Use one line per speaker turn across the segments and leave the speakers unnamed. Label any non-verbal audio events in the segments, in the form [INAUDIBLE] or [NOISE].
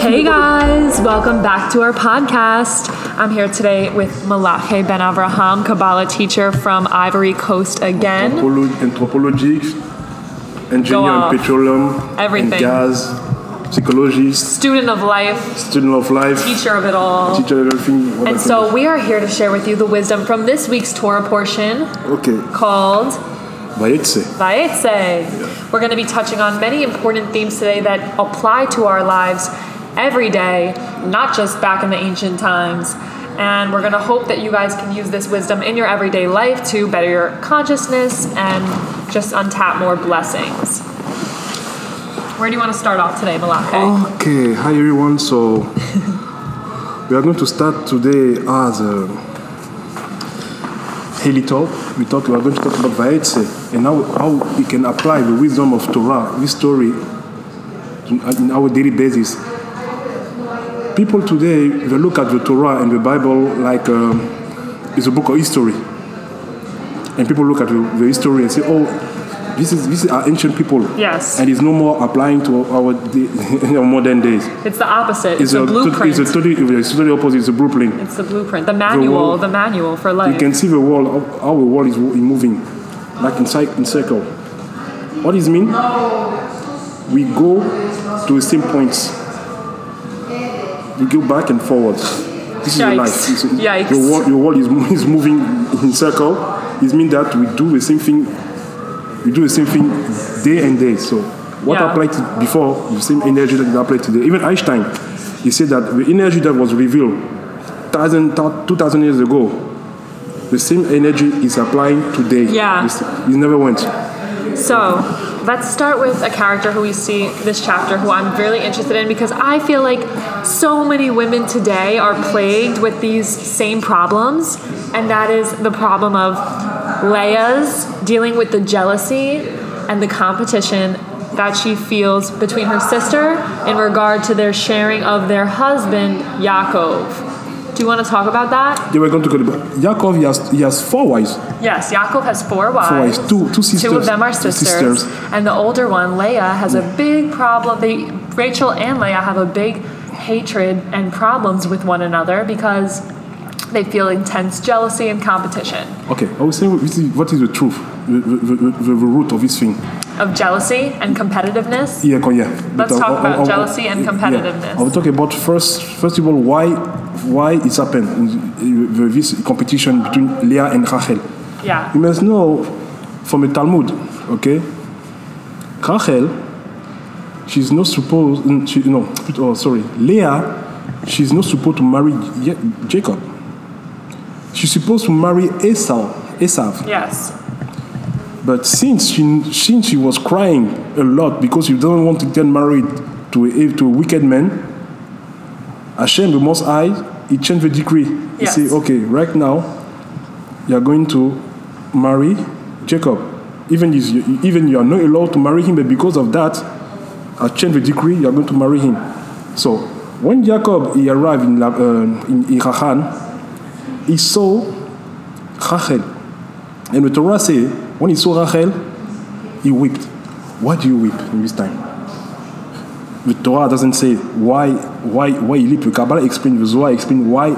Hey guys, welcome back to our podcast. I'm here today with Malachi Ben Avraham, Kabbalah teacher from Ivory Coast again.
Anthropolo- anthropologists, engineer
off.
in petroleum,
Everything.
and gas, psychologist,
Student of life,
student of life,
teacher of it all.
teacher, everything. what I
And
can
so we are here to share with you the wisdom from this week's Torah portion
do. okay,
called
Vayetse.
Vayetze. We're going to be touching on many important themes today that apply to our lives every day, not just back in the ancient times. And we're going to hope that you guys can use this wisdom in your everyday life to better your consciousness and just untap more blessings. Where do you want to start off today, Malachi?
Oh. Okay, hi everyone. So we are going to start today as a daily talk. We talk. We are going to talk about Vayetse and how how we can apply the wisdom of Torah, this story, in, in our daily basis. People today they look at the Torah and the Bible like um, it's a book of history, and people look at the, the history and say, "Oh, this is this is our ancient people."
Yes.
and it's no more applying to our, da- [LAUGHS] our modern days.
It's the opposite. It's, the
a, to-
blueprint.
It's a totally, it's totally opposite. It's a blueprint.
it's the blueprint. The manual.
world-
The manual for life.
You can see the world, how- how the world is wo- moving, like in, cy- in circle. What does it mean? We go to the same points. We go back and forward.
Yikes.
This is your life.
Yikes.
Your world, your world is, mo- is moving in circle. It means that we do the same thing. We do the same thing day and day. So what
Yeah.
applied to- before, the same energy that we applied today. Even Einstein, he said that the energy that was revealed thousand, thou- 2,000 years ago, the same energy is applying today.
Yeah.
It's- It never went.
So let's start with a character who we see this chapter who I'm really interested in because I feel like so many women today are plagued with these same problems, and that is the problem of Leia's dealing with the jealousy and the competition that she feels between her sister in regard to their sharing of their husband, Yaakov. Do you want to talk about that?
They were going to go to Yaakov, he has, he has four wives.
Yes, Yaakov has four wives.
Four wives, two, two sisters.
Two of them are
Two
sisters,
sisters.
and the older one, Leah, has a big problem. They, Rachel and Leah have a big hatred and problems with one another because they feel intense jealousy and competition.
Okay, I was saying, this is- what is the truth, the, the, the, the- the root of this thing?
Of jealousy and competitiveness.
Yeah, con- yeah.
Let's
But I-
talk
I- I-
about
I-
jealousy and
yeah.
competitiveness.
I will talk about first, first of all, why, why it's happened, the- this competition between Leah and Rachel.
Yeah.
You must know from the Talmud, okay? Rachel, she's not supposed, mm, she, no, oh, sorry, Leah, she's not supposed to marry Ja- Jacob. She's supposed to marry Esau, Esau.
Yes.
But since she, since she was crying a lot because she doesn't want to get married to a, to a wicked man, Hashem, the Most High, he changed the decree.
Yes.
He said, okay, right now, you are going to marry Jacob. Even, if you, even you are not allowed to marry him, but because of that, I changed the decree, you are going to marry him. So, when Jacob he arrived in, La, um, in, in Haran, he saw Rachel. And the Torah says, when he saw Rachel, he wept. Why do you weep in this time? The Torah doesn't say why why why he wept. The Kabbalah explains, the Zohar explains why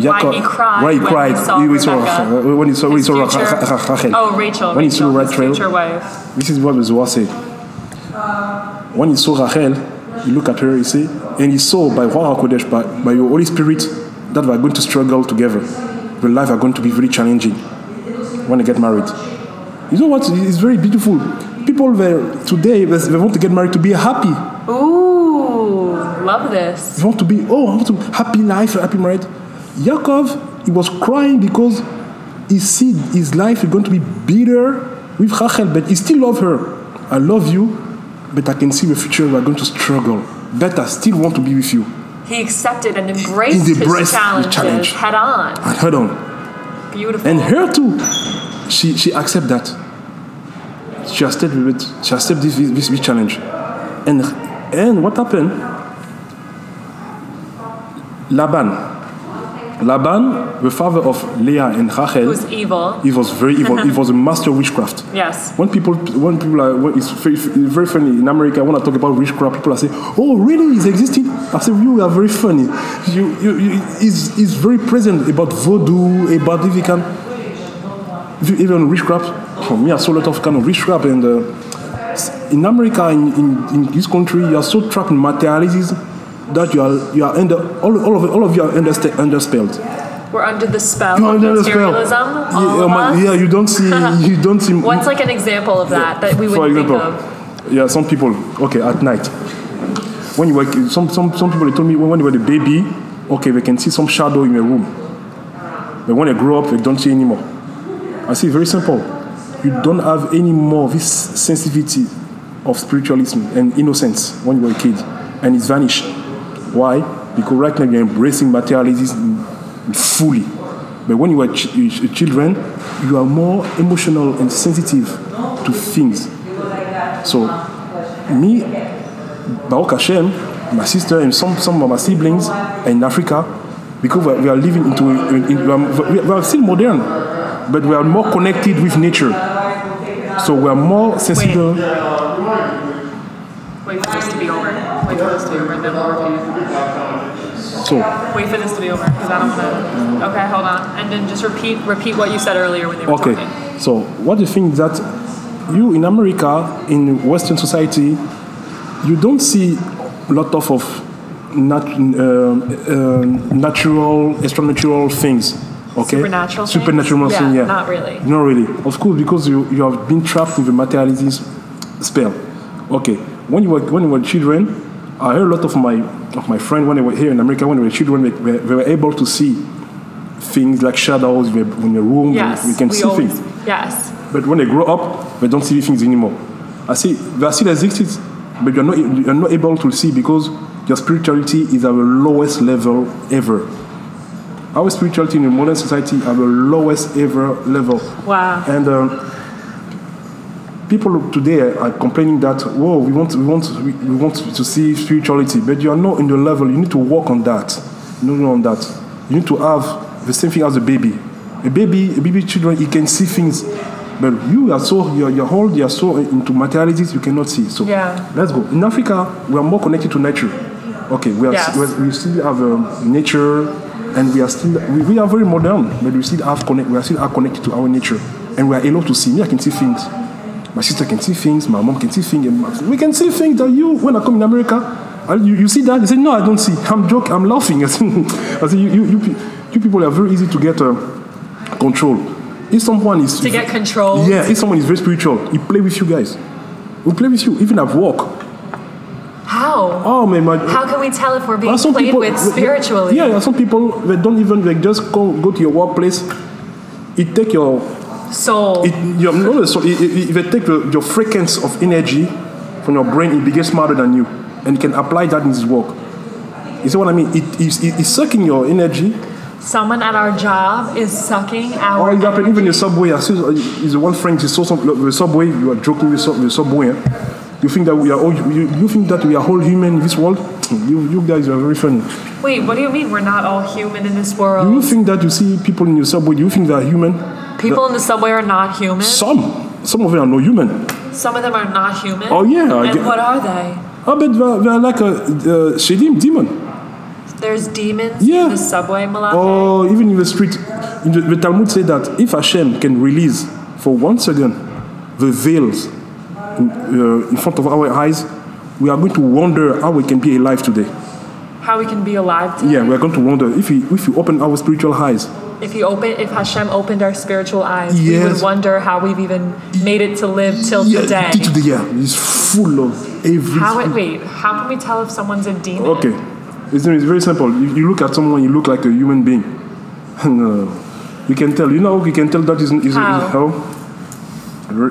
Jacob-
he cried
why he
when
cried
he saw
when he saw
Rebecca.
Rachel. When he saw, when he
His
saw Ra-
future-
Ra- Ra- Rachel.
Oh, Rachel.
When he
Rachel,
saw
his
Rachel,
future wife.
this is what the Zohar said. When he saw Rachel, he looked at her, he said, and he saw by Ruach HaKodesh, by, by your Holy Spirit, that we are going to struggle together. The life are going to be very challenging when they get married. You know what? It's very beautiful. People there today, they they want to get married to be happy.
Ooh, love this.
They want to be, oh, I want to happy life, happy marriage. Yaakov, he was crying because he see his life is going to be bitter with Rachel, but he still love her. I love you, but I can see the future we are going to struggle. But I still want to be with you.
He accepted and embraced
He
his
embraced the
challenges
challenge.
head on.
And hold on.
Beautiful.
And her too, she, she accept that. She accept, with it. she accept this, this, this challenge. And, and what happened? Laban, Laban, the father of Leah and Rachel,
Who's evil.
he was very evil. he was a master of witchcraft.
Yes.
When people, when people are, when it's very, very funny in America. When I talk about witchcraft, people are saying, "Oh, really? He's existing?" I say, "You are very funny. You, you, you is is very present about voodoo, about if you can, if you- even witchcraft. For me, I saw a lot of kind of witchcraft, and uh, s- in America, in, in, in this country, you are so trapped in materialism that you are you are under all, all of all of you are under underspelled.
We're under the spell
You are
of
under the spell.
materialism. all
yeah,
of
man,
us.
yeah, you don't see you
[LAUGHS]
don't see
What's like an example of that that we
for
wouldn't
example,
think of?
yeah, some people. Okay, at night, when you were some some some people they told me when, when they were the baby, okay, they can see some shadow in a room, but when they grow up, they don't see anymore. I see, very simple. You don't have any more of this sensitivity of spiritualism and innocence when you were a kid, and it's vanished. Why? Because right now you're embracing materialism fully. But when you were ch- you- ch- children, you are more emotional and sensitive to things. So, me, Baruch Hashem, my sister, and some, some of my siblings are in Africa, because we are, we are living into, in, in- we, are, we are still modern, but we are more connected with nature. So we are more sensible.
Wait for this to be over. Wait for this to be over, then we'll repeat
So
it. Wait for this to be over, because I don't want to. Okay, hold on, and then just repeat repeat what you said earlier when they were talking.
okay. So what the thing is that you in America, in Western society, you don't see a lot of, of nat- uh, uh, natural, extranatural things. Okay.
Supernatural things?
Supernatural
Yeah,
thing, yeah.
not really.
Not really. Of course, because you, you have been trapped with the materialism spell. Okay. When you were when you were children, I heard a lot of my of my friend when they were here in America when they were children they, were- they were able to see things like shadows in a, in a room.
Yes,
we can see
always,
things.
Yes,
But when they grow up, they don't see things anymore. I see they are still existed, but you're not you're not able to see because your spirituality is at the lowest level ever. Our spirituality in the modern society at the lowest ever level.
Wow.
And um, people today are complaining that whoa, we want we want we, we want to see spirituality, but you are not in the level. You need to work on that. You need to work on that. You need to have the same thing as a baby. A baby, a baby children, he can see things, but you are so you're, you're old, you're so into materialities, you cannot see. So
Yeah.
let's go. In Africa, we are more connected to nature. Okay, we are
Yes.
we we still have um, nature and we are still we, we are very modern but we still have connect we are still are connected to our nature and we are able to see me i can see things my sister can see things my mom can see things and my, we can see things that you when i come in america I, you, you see that they say no i don't see i'm joking i'm laughing [LAUGHS] i say, I say you, you, you, pe- you people are very easy to get uh, control if someone is
to get control.
yeah if someone is very spiritual he play with you guys we play with you even at work
How?
oh man my,
How can we tell if we're
there
being
are some
played
people,
with spiritually?
Yeah, there are some people they don't even they just go, go to your workplace. It take your
Soul.
it your no, so it, it, it, they take your, your frequency of energy from your brain. It becomes smarter than you, and you can apply that in his work. You see what I mean? It, it, it- it's sucking your energy.
Someone at our job is sucking
Or
our.
Oh, it happened even in the subway. I see is one friend. He saw some look, the subway. You are joking with sub- the subway. eh? You think that we are all you, you think that we are all human in this world? You you guys are very funny.
Wait, what do you mean? We're not all human in this
Do
world.
you think that you see people in your subway? Do you think they are human?
People in the subway are not human.
Some, some of them are no human.
Some of them are not human.
Oh, yeah, I
And
get-
what are they?
I bet they are, they are like a uh, shadim demon,
There's demons
Yeah. Oh.
in the subway, Malachi.
or even in the street. In the, the Talmud say that if Hashem can release for one second the veils in, uh, in front of our eyes, we are going to wonder how we can be alive today.
How we can be alive? To
Yeah, we are going to wonder if we if we open our spiritual eyes.
If you open, if Hashem opened our spiritual eyes, we would
Yes.
wonder how we've even made it to live till
Yeah,
today.
till today, yeah, it's full of everything.
How it, wait? How can we tell if someone's a demon?
Okay, it's, it's very simple. You, you look at someone, you look like a human being. [LAUGHS] no. You can tell. You know, you can tell that is is
How?
how. Re-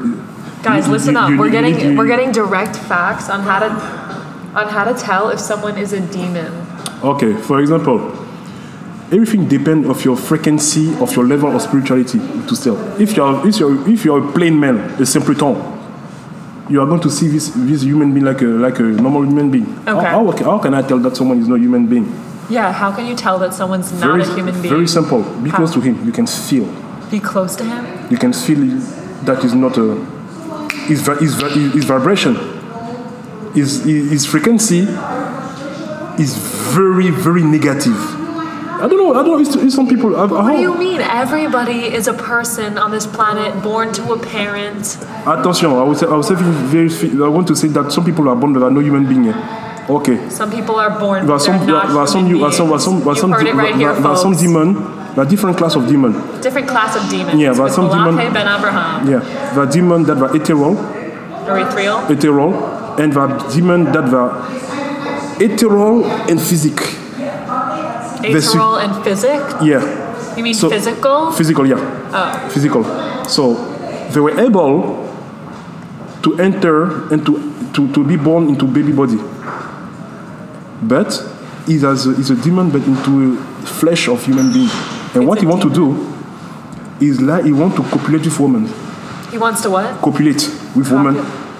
Guys,
you-
listen
you-
up.
you-
we're
you
getting
need to-
we're getting direct facts on how to on how to tell if someone is a demon.
Okay, for example, everything depends of your frequency, of your level of spirituality to sell. If you're if you're if you're a plain man, a simpleton, you are going to see this this human being like a like a normal human being. How-
Okay.
How, ca- how, can I tell that someone is not a human being?
Yeah, how can you tell that someone's not
very,
a human being?
very simple. Be
How-
close to him. You can feel.
Be close to him.
You can feel that is not a. His, vi- his, vi- his vibration, his, his his frequency is very, very negative. I don't know. I don't know. It's, it's some people. I've,
What do you mean? Everybody is a person on this planet, born to a parent.
Attention, I was, I was saying very, I want to say that some people are born that are no human being. eh. Okay.
Some people are born.
There are some,
they're
there
not
are some,
human
there are some, there are some, there are
beings.
some,
You heard
de-
it right
there
here,
are- there are some
folks.
demon, there are different class of demon.
Different class of demons.
Yeah, but
with
some
Malachi
demon-
ben Abraham,
Yeah. There are demon that were ethereal,
Erythriel.
ethereal, and there are demon that were ethereal and physic. su-
Aterial and physic.
Yeah.
You mean
So-
physical?
Physical, yeah. Physical. So they were able to enter and to, to, to be born into baby body. But he's as a, he's a demon, but into a flesh of human being. And what
a
he want to do is like he want to copulate with women,
he wants to what?
copulate with women.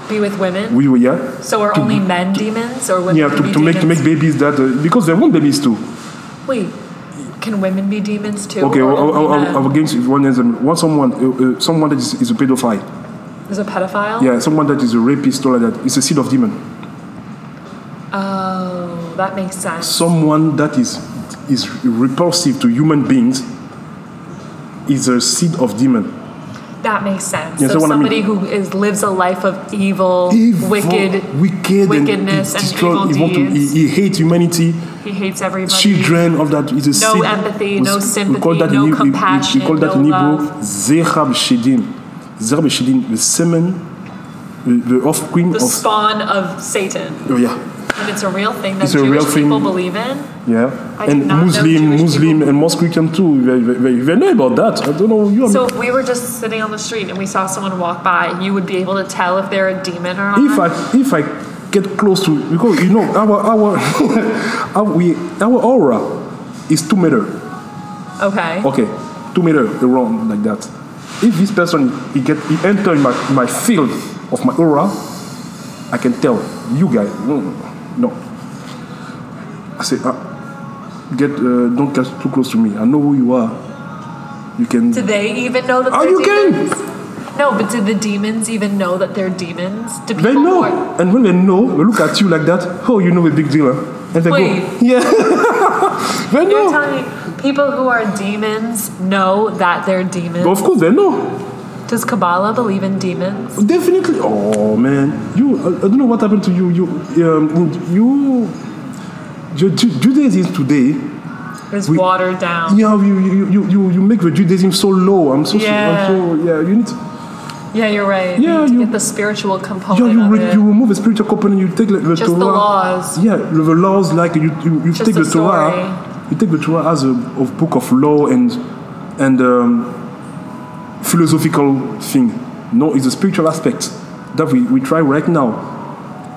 Be with women.
We were yeah,
so are only men demons or women?
yeah.
can
To,
be
to make to
demons?
make babies that uh, because they want babies too.
Wait, can women be demons too?
Okay,
or
our, our,
only
our,
men?
our games is one is um, one someone uh, uh, someone that is, is a pedophile.
There's a pedophile.
Yeah, someone that is a rapist, all like that. It's a seed of demon.
Oh, that makes sense.
Someone that is is repulsive to human beings is a seed of demon.
That makes sense.
Yeah,
so
so what I
somebody
mean-
who is lives a life of evil,
Evil,
wicked,
wicked,
wickedness
and,
and
he destroy-
evil
he, want to, he,
deeds.
he hates humanity,
He hates everybody.
children, all that. It's a
No
seed.
empathy, no
We call
sympathy,
that
no
in, Hebrew- we-
compassion,
We, call that
no
in Hebrew
love.
zerab shedim. Zerab shedim, the semen, uh, the, the offspring
The
of.
spawn of Satan.
Oh yeah.
And it's a real thing that
It's a
Jewish
real
people
thing.
believe in.
Yeah,
I did not
and
know
Muslim,
Jewish
Muslim, and most Christian too. They, they, they know about that. I don't know. You are
So if we were just sitting on the street and we saw someone walk by, you would be able to tell if they're a demon or not.
if I if I get close to because you know our our [LAUGHS] our, we, our aura is two meter.
okay.
Okay, two meter around like that. If this person he get he enter in my my field of my aura, I can tell you guys. No, no. I say, ah, get uh, don't get too close to me. I know who you are. You can.
Do they even know that
Are
they're
you
demons?
kidding?
No, but do the demons even know that they're demons? Do
They
people who
know,
are-
and when they know, they look at you like that. Oh, you know a big deal, huh? and they
Wait.
go,
[LAUGHS]
yeah. they
You're
know.
telling me people who are demons know that they're demons?
Of course, they know.
Does Kabbalah believe in demons?
Definitely. Oh man, you. I, I don't know what happened to you. You. Um, you. Your Ju- Judaism today.
Is
We-
watered down.
Yeah, you you, you, you you make the Judaism so low. I'm so.
Yeah.
I'm so yeah. You need.
Yeah, you're right. you
Yeah,
need to
you-
get the spiritual
Yeah,
component
you
of
re-
it.
you remove the spiritual component. You take like, the
Just the
Torah.
laws.
Yeah, the the laws like you you, you
Just
take
the
the Torah. You take the Torah as a of book of law and and um, philosophical thing. No, it's a spiritual aspect that we, we try right now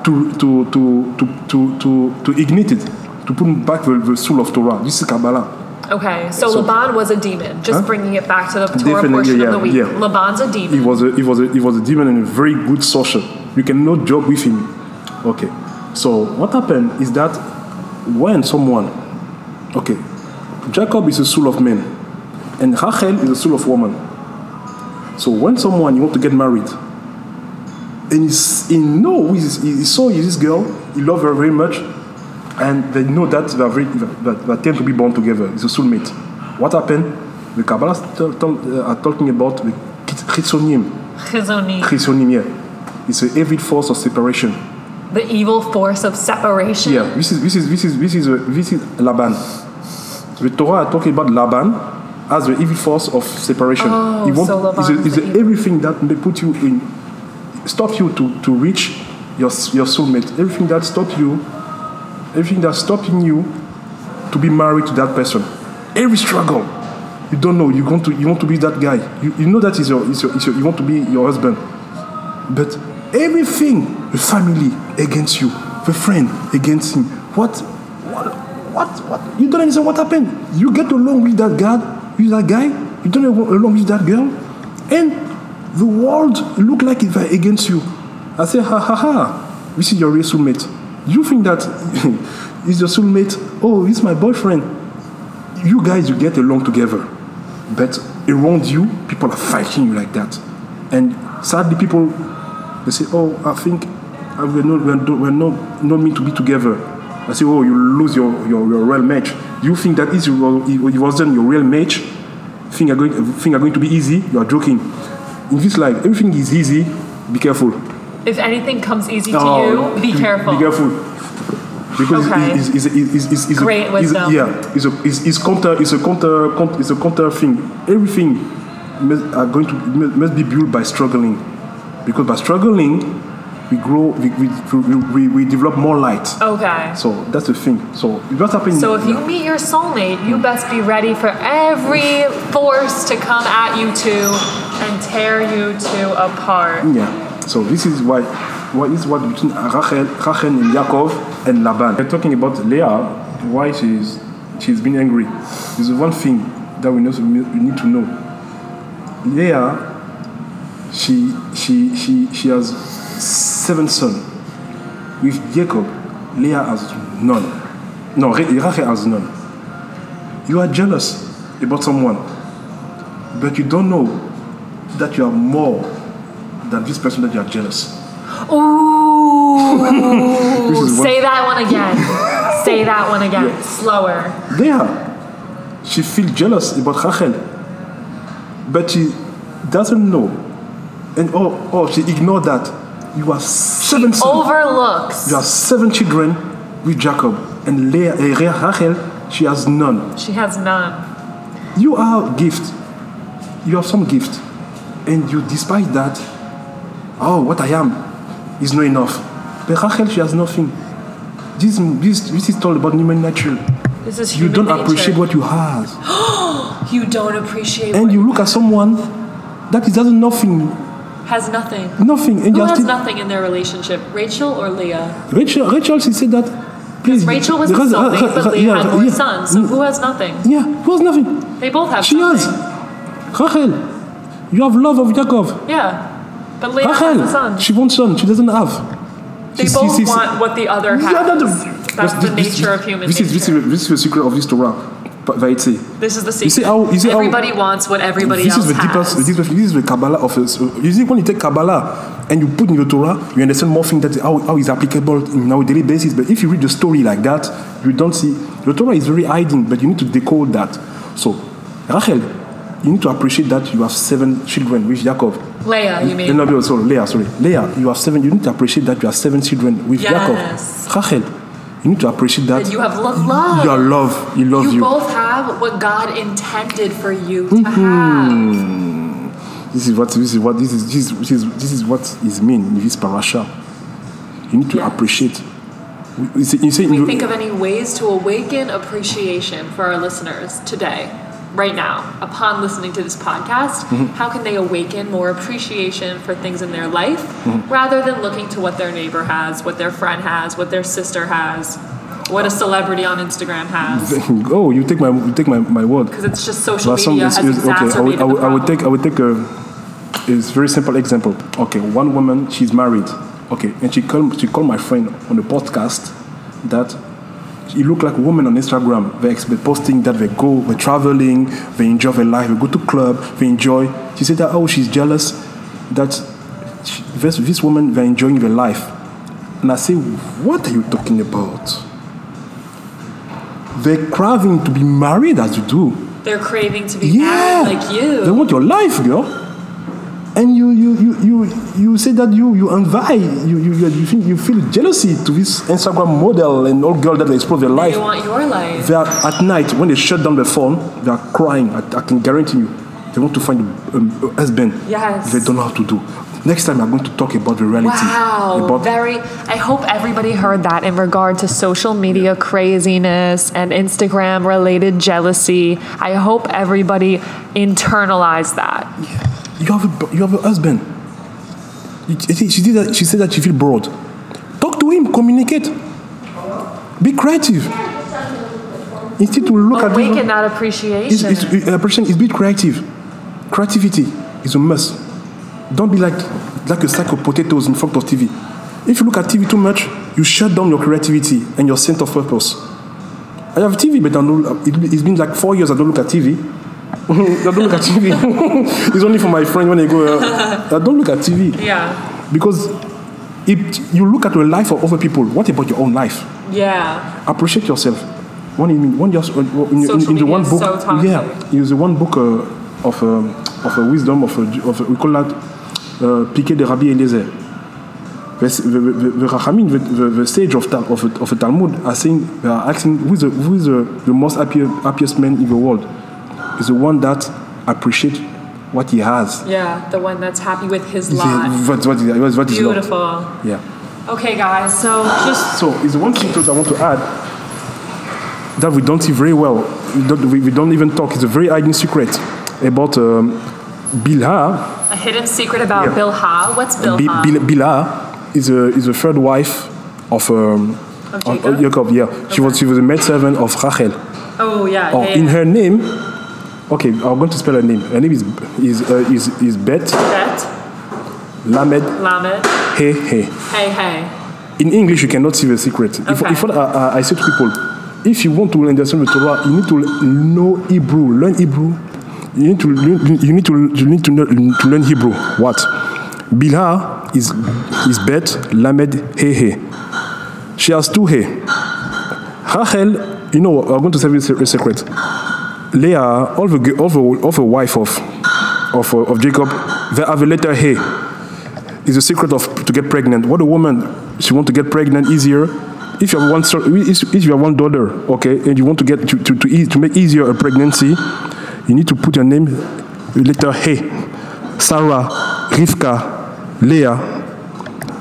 to to to to to to, to ignite it, to put back the, the soul of Torah. This is Kabbalah.
Okay, so, Laban was a demon. Just
Huh?
bringing it back to the Torah
Definitely,
portion of
yeah,
the week.
yeah.
Laban's a demon.
He was a he was a he was a demon and a very good sorcerer. You cannot joke with him. Okay. So what happened is that when someone okay, Jacob is the soul of man and Rachel is the soul of woman. So when someone you want to get married and he's, he know who is- he he saw this girl, he loved her very much, and they know that they are very that they tend to be born together. It's a soulmate. What happened? The Kabbalah tell- tell- uh, are talking about the chitzonim,
Chizoni,
chitzonim. Yeah, it's a heavy force of separation.
the evil force of separation.
Yeah, this is this is this is this is uh, this is Laban. The Torah are talking about Laban as the evil force of separation.
Oh,
He want-
so Laban
is, a-
is
is
the
a
evil-
everything that may put you in, stop you to, to reach your s- your soulmate. Everything that stop you, everything that's stopping you to be married to that person. Every struggle, you don't know. You want to you want to be that guy. You, you know that is your, is your, is your you want to be your husband. But everything, the family against you, the friend against him. What, what, what, what? You don't understand what happened. You get along with that guy, with that guy. You don't go along with that girl, and the world look like it's [LAUGHS] against you. I say, ha ha ha. This is your real soulmate. You think that Is your soulmate? Oh, he's my boyfriend. You guys, you get along together, but around you, people are fighting you like that, and sadly, people they say, "Oh, I think uh, we're not we're, not- we're not not meant to be together." I say, "Oh, you lose your your, your real match. You think that is your, it wasn't your real match? Thing are going thing are going to be easy? You are joking. In this life, everything is easy. Be careful."
If anything comes easy to
Oh,
you, be careful.
Be careful. Because
Okay.
it's, it's, it's, it's, it's, it's
Great
a,
wisdom.
It's, yeah, it's a, it's, it's counter, it's a counter, con- it's a counter thing. Everything must, are going to must must be built by struggling, because by struggling, we grow, we, we, we, we, we develop more light.
Okay.
So that's the thing. So what's happening?
So if you meet your soulmate, you best be ready for every force to come at you two and tear you two apart.
Yeah. So this is why what is what between Rachel, Rachel and Yaakov and Laban. We're talking about Leah, why she's she's been angry. This is one thing that we know we need to know. Leah, she she she she has seven sons. With Jacob, Leah has none. No, Ra- Rachel has none. You are jealous about someone, but you don't know that you are more than this person that you are jealous. This
Ooh.
is what-
Say that one again. Say that one again. Slower.
Leah, she feels jealous about Rachel, but she doesn't know. And oh, oh, she ignored that. You are seven sons.
Overlooks.
You have seven children with Jacob, and Leah, eh, Ra- Rachel, she has none.
She has none.
You are gift. You have some gift, and you despise that. Oh, what I am is not enough. But Rachel, she has nothing. This, this, this is all about human nature.
This is
You
human
don't
nature.
appreciate what you have.
you don't appreciate
and
what
you look at someone that is doesn't nothing,
has nothing.
nothing, and
Who
you're
has
still
nothing in their relationship, Rachel or Leah?
Rachel. Rachel, she said that. Please,
Rachel was
Ra-
his
Ra-
soulmate,
Ra-
but Leah
uh, yeah,
had more
yeah,
sons. So who has nothing?
Yeah, it was nothing.
They both have
She
something.
has. Rachel, you have love of Jacob.
Yeah. But Leah has a
Rachel,
son.
she wants son. She doesn't have.
They
She-
both
she- she-
want what the other has.
Yeah, that-
That's the
this-
nature of human
this
nature.
Is, this, is, this is the secret of this Torah, Vaitse.
This is the secret.
You see how- you see how-
everybody wants what everybody
This
else
is the
has.
deepest, the deepest. This is the Kabbalah of. us. You see, when you take Kabbalah and you put in your Torah, you understand more things that how, how is applicable in our daily basis. But if you read the story like that, you don't see the Torah is very hiding. But you need to decode that. So, Rachel, you need to appreciate that you have seven children with Jacob.
Leia, you mean?
Another, sorry, Leah, sorry, Leah, you have seven. You need to appreciate that you have seven children with
Yes.
Jacob. Rachel, you need to appreciate that
And you have lo- love.
Your love, he loves
you,
you. Mm-hmm.
both have what God intended for you to have.
This is what this is what this is this is, this is, this is what is mean in this parasha. You need to
Yeah.
appreciate. You see, you see,
Can
you-
we think of any ways to awaken appreciation for our listeners today, right now, upon listening to this podcast?
Mm-hmm.
How can they awaken more appreciation for things in their life
Mm-hmm.
rather than looking to what their neighbor has, what their friend has, what their sister has, what a celebrity on Instagram has?
[LAUGHS] oh, you take my you take my, my word.
Because it's just social
There are some
media has
excuses-
exacerbated
okay, I would,
the
I would, I would
problem.
take I would take a, a very simple example. Okay, one woman she's married. Okay, and she called she called my friend on the podcast that it look like women on Instagram. They ex- they posting that they go, they're traveling, they enjoy their life, they go to club, they enjoy. She said that oh she's jealous that she, this, this woman they're enjoying their life. And I say, what are you talking about? They're craving to be married as you do.
They're craving to be
Yeah,
married like
They
you.
want your life, girl. And you you you you, you say that you you envy you you you, you, feel, you feel jealousy to this Instagram model and all girl that explore their life.
You want your life.
They are at night when they shut down the phone. They are crying. I, I can guarantee you. They want to find a, a, a husband.
Yes.
They don't know how to do. Next time, I'm going to talk about the reality.
Wow,
About
very. I hope everybody heard that in regard to social media craziness and Instagram related jealousy. I hope everybody internalized that.
you have a you have a husband. You- you see, She did that. She said that she feel bored. Talk to him. Communicate. Be creative. Instead to look at
Awaken
people,
that appreciation.
it's, it's, it- a person is be creative. Creativity is a must. Don't be like like a sack of potatoes in front of TV. If you look at TV too much, you shut down your creativity and your sense of purpose. I have TV, but I don't, it, it's been like four years I don't look at TV. [LAUGHS] I don't look at TV. [LAUGHS] it's only for my friend when they go. Uh, I don't look at TV
Yeah.
because it, you look at the life of other people. What about your own life?
Yeah.
appreciate yourself. One in one just in, in, in
Social
the
media
one
is
book,
so toxic.
yeah, in the one book uh, of um, of a wisdom of, a, of a- we call that uh, Piquet de Rabbi Eliezer. The, the, the, the Rachamim, the, the, the sage of, Tal, of, a, of a Talmud, are saying, they are asking who is, the, who is the, the most happier, happiest man in the world? Is the one that appreciates what he has.
Yeah. The one that's happy with his
Is
lot.
the- what- what is- what is love.
Beautiful.
Yeah.
Okay, guys. So just
So it's one thing that I want to add that we don't see very well. We don't, we, we don't even talk. It's a very hidden secret about um, Bilha.
a hidden secret about
Yeah.
Bilha. What's Bilha?
Bi- Bil- Bilha is a is a third wife of um,
Of
of- of Jacob. Yeah, she was she was a maidservant of Rachel.
oh yeah.
Oh,
yeah,
in
yeah.
her name. Okay, I'm going to spell her name. Her name is is uh, is is Bet
Bet,
Lamed
Lamed.
He He.
Hey hey.
in English, you cannot see the secret. If,
Okay.
if what I, I- I say to people, if you want to understand the Torah, you need to know Hebrew, learn Hebrew. You need to learn- you need to you need to, know, to learn Hebrew. What? Bilha is is bet lamed he he. She has two he. Rachel, you know, I'm going to tell you a se- a secret. Leah, all the all the, all the wife of of uh, of Jacob, they have a letter he is the secret of to get pregnant. What a woman she want to get pregnant easier. If you have one son- if if you have one daughter, okay, and you want to get to to to, ease, to make easier a pregnancy, you need to put your name the letter He, Sarah, Rivka, Leah.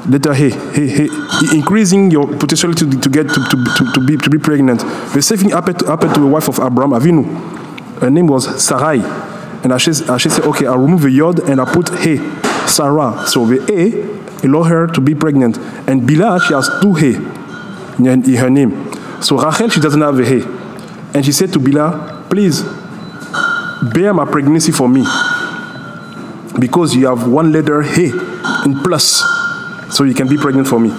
Letter He, He, He, I- increasing your potential to, to get to, to, to, to be to be pregnant. The same thing happened to, happened to the wife of Abraham Avinu. Her name was Sarai, and Ashes said, "Okay, I remove the yod and I put He, Sarah." So the He allow her to be pregnant, and Bila she has two He in in her name. So Rachel she doesn't have a He, and she said to Bila, "Please bear my pregnancy for me." because you have one letter He in plus, so you can be pregnant for me.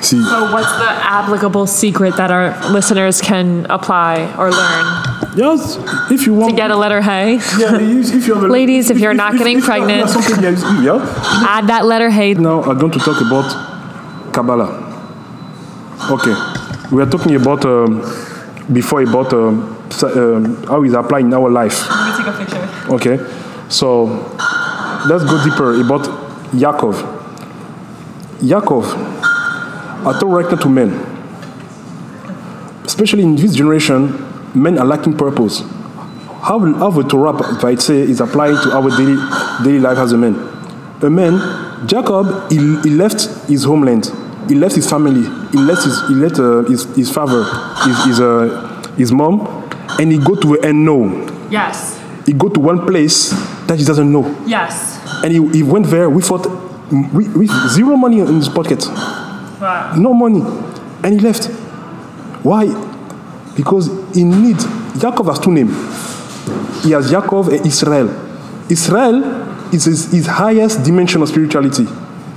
See,
So what's the applicable secret that our listeners can apply or learn
yes, if you want,
to get a letter
[LAUGHS]
hey?
yeah, if if you have a,
Ladies, if you're not getting
if you have
pregnant.
something, yeah, yeah.
Add that letter hey.
Now I'm going to talk about Kabbalah. Okay, we are talking about um, before about um, s- um, how it's applied in our life.
Let me take a picture.
Okay, so let's go deeper about Yaakov. Yaakov, a Torah writer to men. Especially in this generation, men are lacking purpose. How, how the Torah, if I say, is applying to our daily, daily life as a man. A man, Jacob, he, he left his homeland, he left his family, he left his, he left, uh, his, his father, his, his, uh, his mom, and he go to the unknown
Yes.
he go to one place that he doesn't know
Yes.
and he, he went there without with, with zero money in his pocket
Wow.
no money and he left why because in need Yaakov has two names he has Yaakov and Israel Israel is his, his highest dimension of spirituality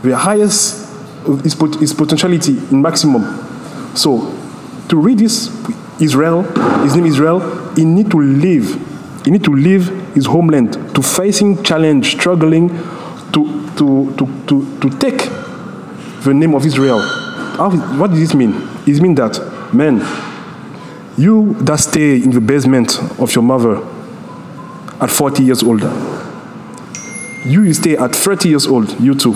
the highest of his, pot, his potentiality in maximum so to read this Israel his name Israel he need to live he need to leave his homeland to facing challenge struggling to to to to, to take the name of Israel. How, what does this mean? It means that, men, you that stay in the basement of your mother at 40 years old, you, you stay at 30 years old, you too,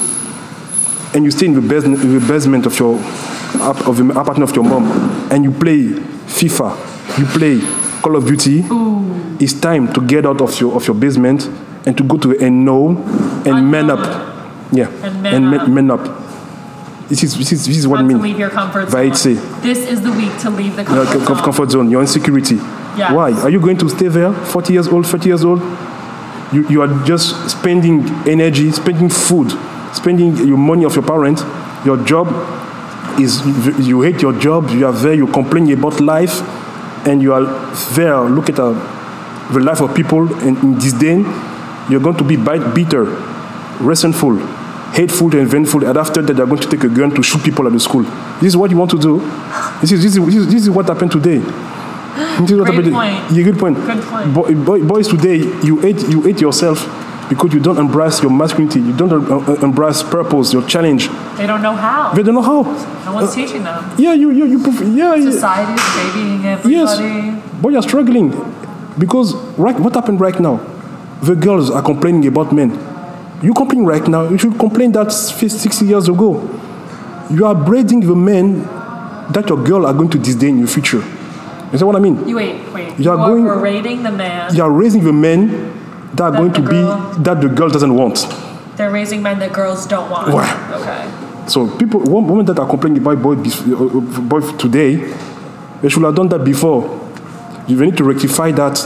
and you stay in the, bas- in the basement of your ap- of the apartment of your mom, and you play FIFA, you play Call of Duty. It's time to get out of your of your basement and to go to the unknown and man up, yeah,
And man
ma-
up.
men up. This is, this is, this is what I
Time to
mean.
leave your comfort zone.
Vaid say.
This is the week to leave the
Your
comfort
uh, com-
zone.
comfort zone, your insecurity.
Yes.
Why? Are you going to stay there, 40 years old, 30 years old? You, you are just spending energy, spending food, spending your money of your parents. Your job is, you, you hate your job, you are there, you complain about life, and you are there, look at uh, the life of people in, in disdain. You're going to be bite, bitter, resentful, hateful and vengeful, and after that they're going to take a gun to shoot people at the school. This is what you want to do. This is, this is, this is, this is what happened today. This is what
Great
happened.
point.
Yeah, good point.
Good point.
Boy, boy, boys today, you hate you hate yourself because you don't embrace your masculinity. You don't uh, uh, embrace purpose, your challenge.
They don't know how.
They don't know how.
No one's Uh, teaching them.
Yeah, you you you. prov- Yeah, yeah.
Society is babying everybody.
Yes, but you're struggling because right, what happened right now? The girls are complaining about men. You complain right now. You should complain that fif- 60 years ago. You are braiding the men that your girl are going to disdain in the future. You see what I mean?
You wait, wait.
You are going-
berating the man.
You are raising the men that are
That
going to
the girl-
be that the girl doesn't want.
They're raising men that girls don't want.
Why?
Okay.
So people, wo- women that are complaining about boy, bef- uh, uh, boy today, they should have done that before. You need to rectify that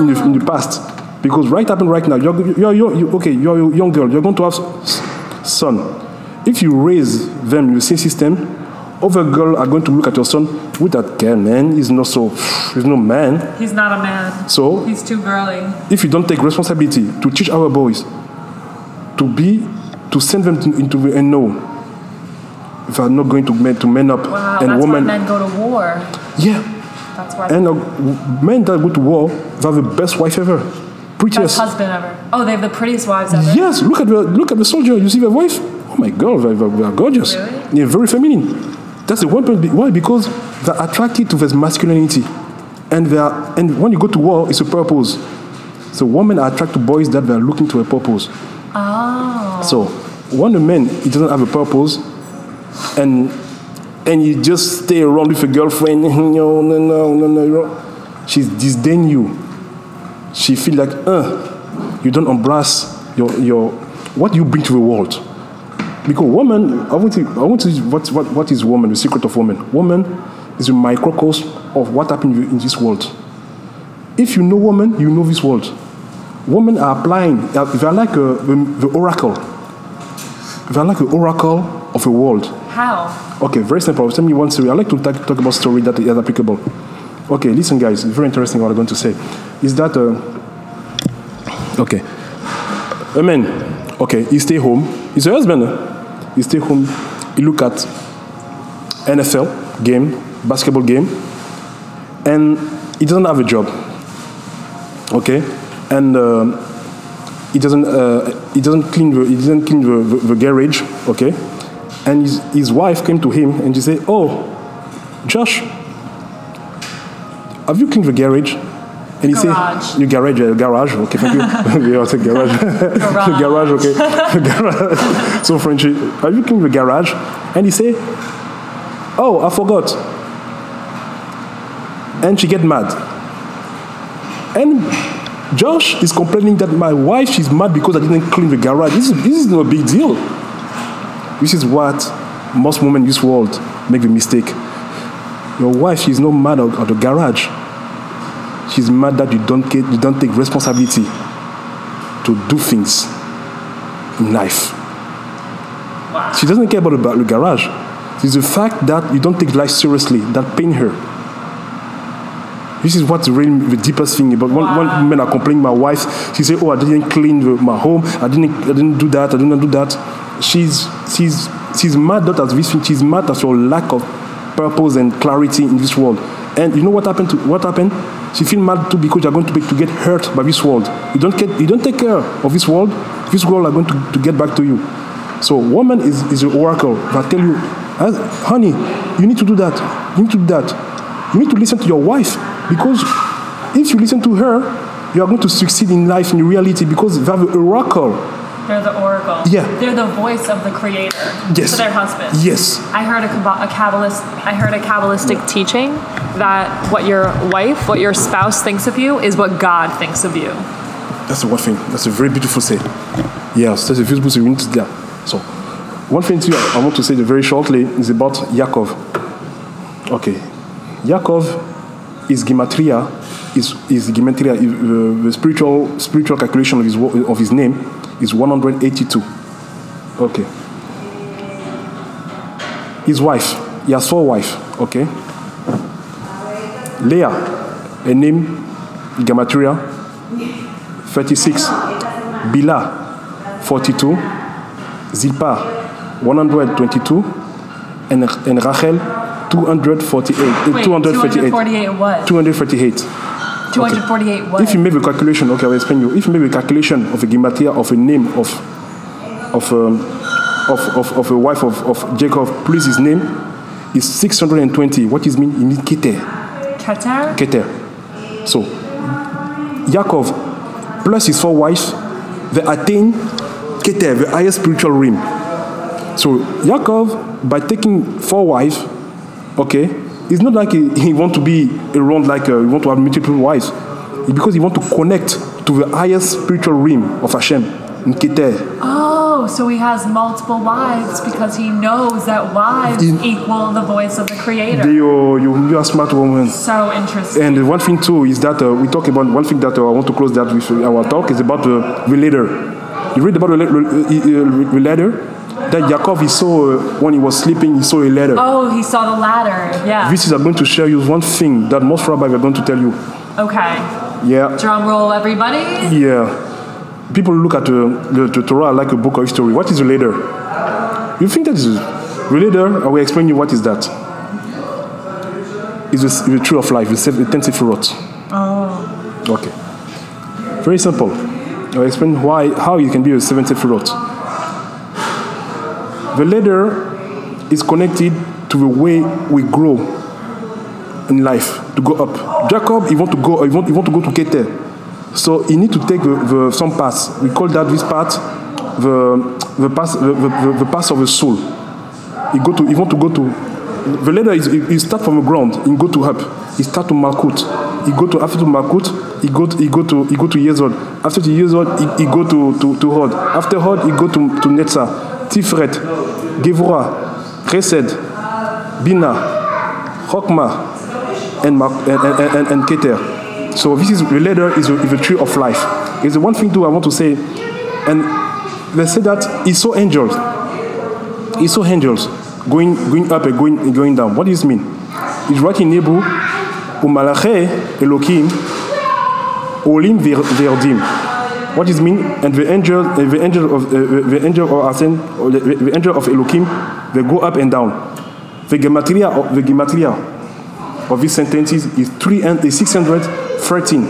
in, the, in the past because right happened right now. You're, you're, you're, you okay. You're a young girl. You're going to have s- son. If you raise them in the same system, other girls are going to look at your son with that girl, man. He's not so. He's no man.
He's not a man.
So
He's too girly.
if you don't take responsibility to teach our boys to be to send them to, into the unknown if are not going to men to men up
Wow.
and
Uh, that's
women
why men go to war.
yeah
That's why.
and uh, men that go to war they have the best wife ever
best
prettiest
husband ever. Oh, they have the prettiest wives ever.
yes look at the look at the soldier you see their wife oh my god they, they, they are gorgeous
Really?
yeah very feminine that's the one point be- why because they're attracted to this masculinity and they are and when you go to war it's a purpose so women are attracted to boys that they are looking to a purpose
Oh.
So when a man he doesn't have a purpose, and and you just stay around with a girlfriend, [LAUGHS] no, no, no, no, no, no, she's disdain you. She feel like, uh, you don't embrace your your what you bring to the world. Because woman, I want to, I want to what, what, what is woman? The secret of woman. Woman is a microcosm of what happened in this world. If you know woman, you know this world. Women are applying, they are they are like uh, the, the oracle. They are like the oracle of the world.
How?
Okay, very simple. Tell me one story. I like to talk, talk about story that is applicable. Okay, listen, guys. Very interesting what I'm going to say. Is that uh, okay? A man. Okay, he stay home. He's a husband. eh? He stay home. He look at NFL game, basketball game, and he doesn't have a job. Okay, and. um he doesn't uh, he doesn't clean the he doesn't clean the, the, the garage okay and his, his wife came to him and she said oh josh have you cleaned the garage and he
Garage.
said your garage uh, garage okay thank you [LAUGHS] yeah, I said garage
Garage.
garage okay [LAUGHS] garage. [LAUGHS] so frenchy have you cleaned the garage and he said oh i forgot and she get mad and Josh is complaining that my wife she's mad because I didn't clean the garage. This is, this is no big deal. This is what most women in this world make the mistake. Your wife she's not mad at, at the garage. She's mad that you don't get, you don't take responsibility to do things in life. She doesn't care about the, about the garage. It's the fact that you don't take life seriously that pain her. This is what's really the deepest thing about one, one woman are complaining my wife. She said, "Oh, I didn't clean the, my home. I didn't, I didn't do that. I didn't do that." She's she's she's mad not at this thing. She's mad at your lack of purpose and clarity in this world. And you know what happened? To, what happened? She feel mad too because you're going to be to get hurt by this world. You don't get you don't take care of this world. This world are going to, to get back to you. So woman is is an oracle that tell you, "Hus- honey, you need to do that. You need to do that. You need to listen to your wife because if you listen to her, you are going to succeed in life in reality because they have a oracle.
They're the oracle.
Yeah.
They're the voice of the creator.
Yes.
To their husband.
Yes.
I heard a, Kabbal- a Kabbalist.
I heard a Kabbalistic teaching that what your wife, what your spouse thinks of you is what God thinks of you.
That's the one thing. That's a very beautiful say. Yes, that's a beautiful say. We need to- Yeah. So, one thing too I want to say very shortly is about Yaakov. Okay. Yaakov is gematria, is, is gematria, is, uh, the spiritual, spiritual calculation of his, wo- of his name is 182. Okay. His wife, he has four wives, okay? Leah, a name, gematria, 36. Bila, 42. Zilpa, 122, and, and Rachel, 248. eh,
Wait,
248.
248 what?
248.
248 what?
If you make a calculation, okay, I'll explain you. If you make a calculation of a gimatia of a name of of um, of, of, of a wife of, of Jacob, plus his name is 620. What is mean? You need keter,
Qatar?
keter. So Yaakov plus his four wives, they attain keter, the highest spiritual realm. So Yaakov, by taking four wives, okay, it's not like he, he want to be around like uh, he want to have multiple wives, because he want to connect to the highest spiritual realm of Hashem, Nketeh.
Oh, so he has multiple wives because he knows that wives
In-
equal the voice of the Creator.
uh, You, you, you are smart woman.
so interesting.
And one thing too is that uh, we talk about one thing that uh, I want to close that with our talk is about uh, the leader. You read about the le- le- uh, uh, the leader that Yaakov he saw uh, when he was sleeping he saw a letter.
Oh, he saw the ladder. Yeah.
This is I'm going to share you one thing that most rabbis are going to tell you.
okay.
Yeah,
Drum roll, everybody.
yeah. People look at uh, the, the Torah like a book of history. What is the leader? You think that is the leader? I will explain you what is that. It's the, s- the tree of life. It's the ten sefirot. Okay. Very simple. I'll explain why, how you can be a 70 fruit. The ladder is connected to the way we grow in life to go up. Jacob, he want to go, he want, he want to go to Keter. So he need to take the, the, some paths. We call that this path the the path the, the, the, the path of the soul. He go to he want to go to the ladder is he, he start from the ground, he go to up, he start to Malkut, he go to after to Malkut, he go to, he go to he go to Yezod. After to Yezod, he, he go to to, to Hod. After Hod, he go to to Netza, Tifret, Gevura, Chesed, Bina, Chokma, and, Mark, and, and, and, and Keter. So this is the ladder is the, is the tree of life. It's the one thing too I want to say, and they say that he saw angels he saw angels going, going up and going, and going down. What does it mean? It's right in Hebrew, Umalache Elohim, Olim ver- Verdim. What does it mean? And the angel, uh, the angel of uh, the the angel of Asen, or the, the the angel of Elohim, they go up and down. The gematria, of, the gematria of these sentences is three and is 613.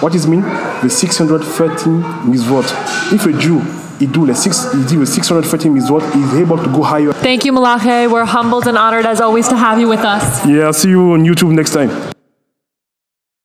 What is mean? The 613 mizvot. If a Jew he do the six, he do the 613 mizvot, he's able to go higher.
Thank you, Malache. We're humbled and honored as always to have you with us.
Yeah, see you on YouTube next time.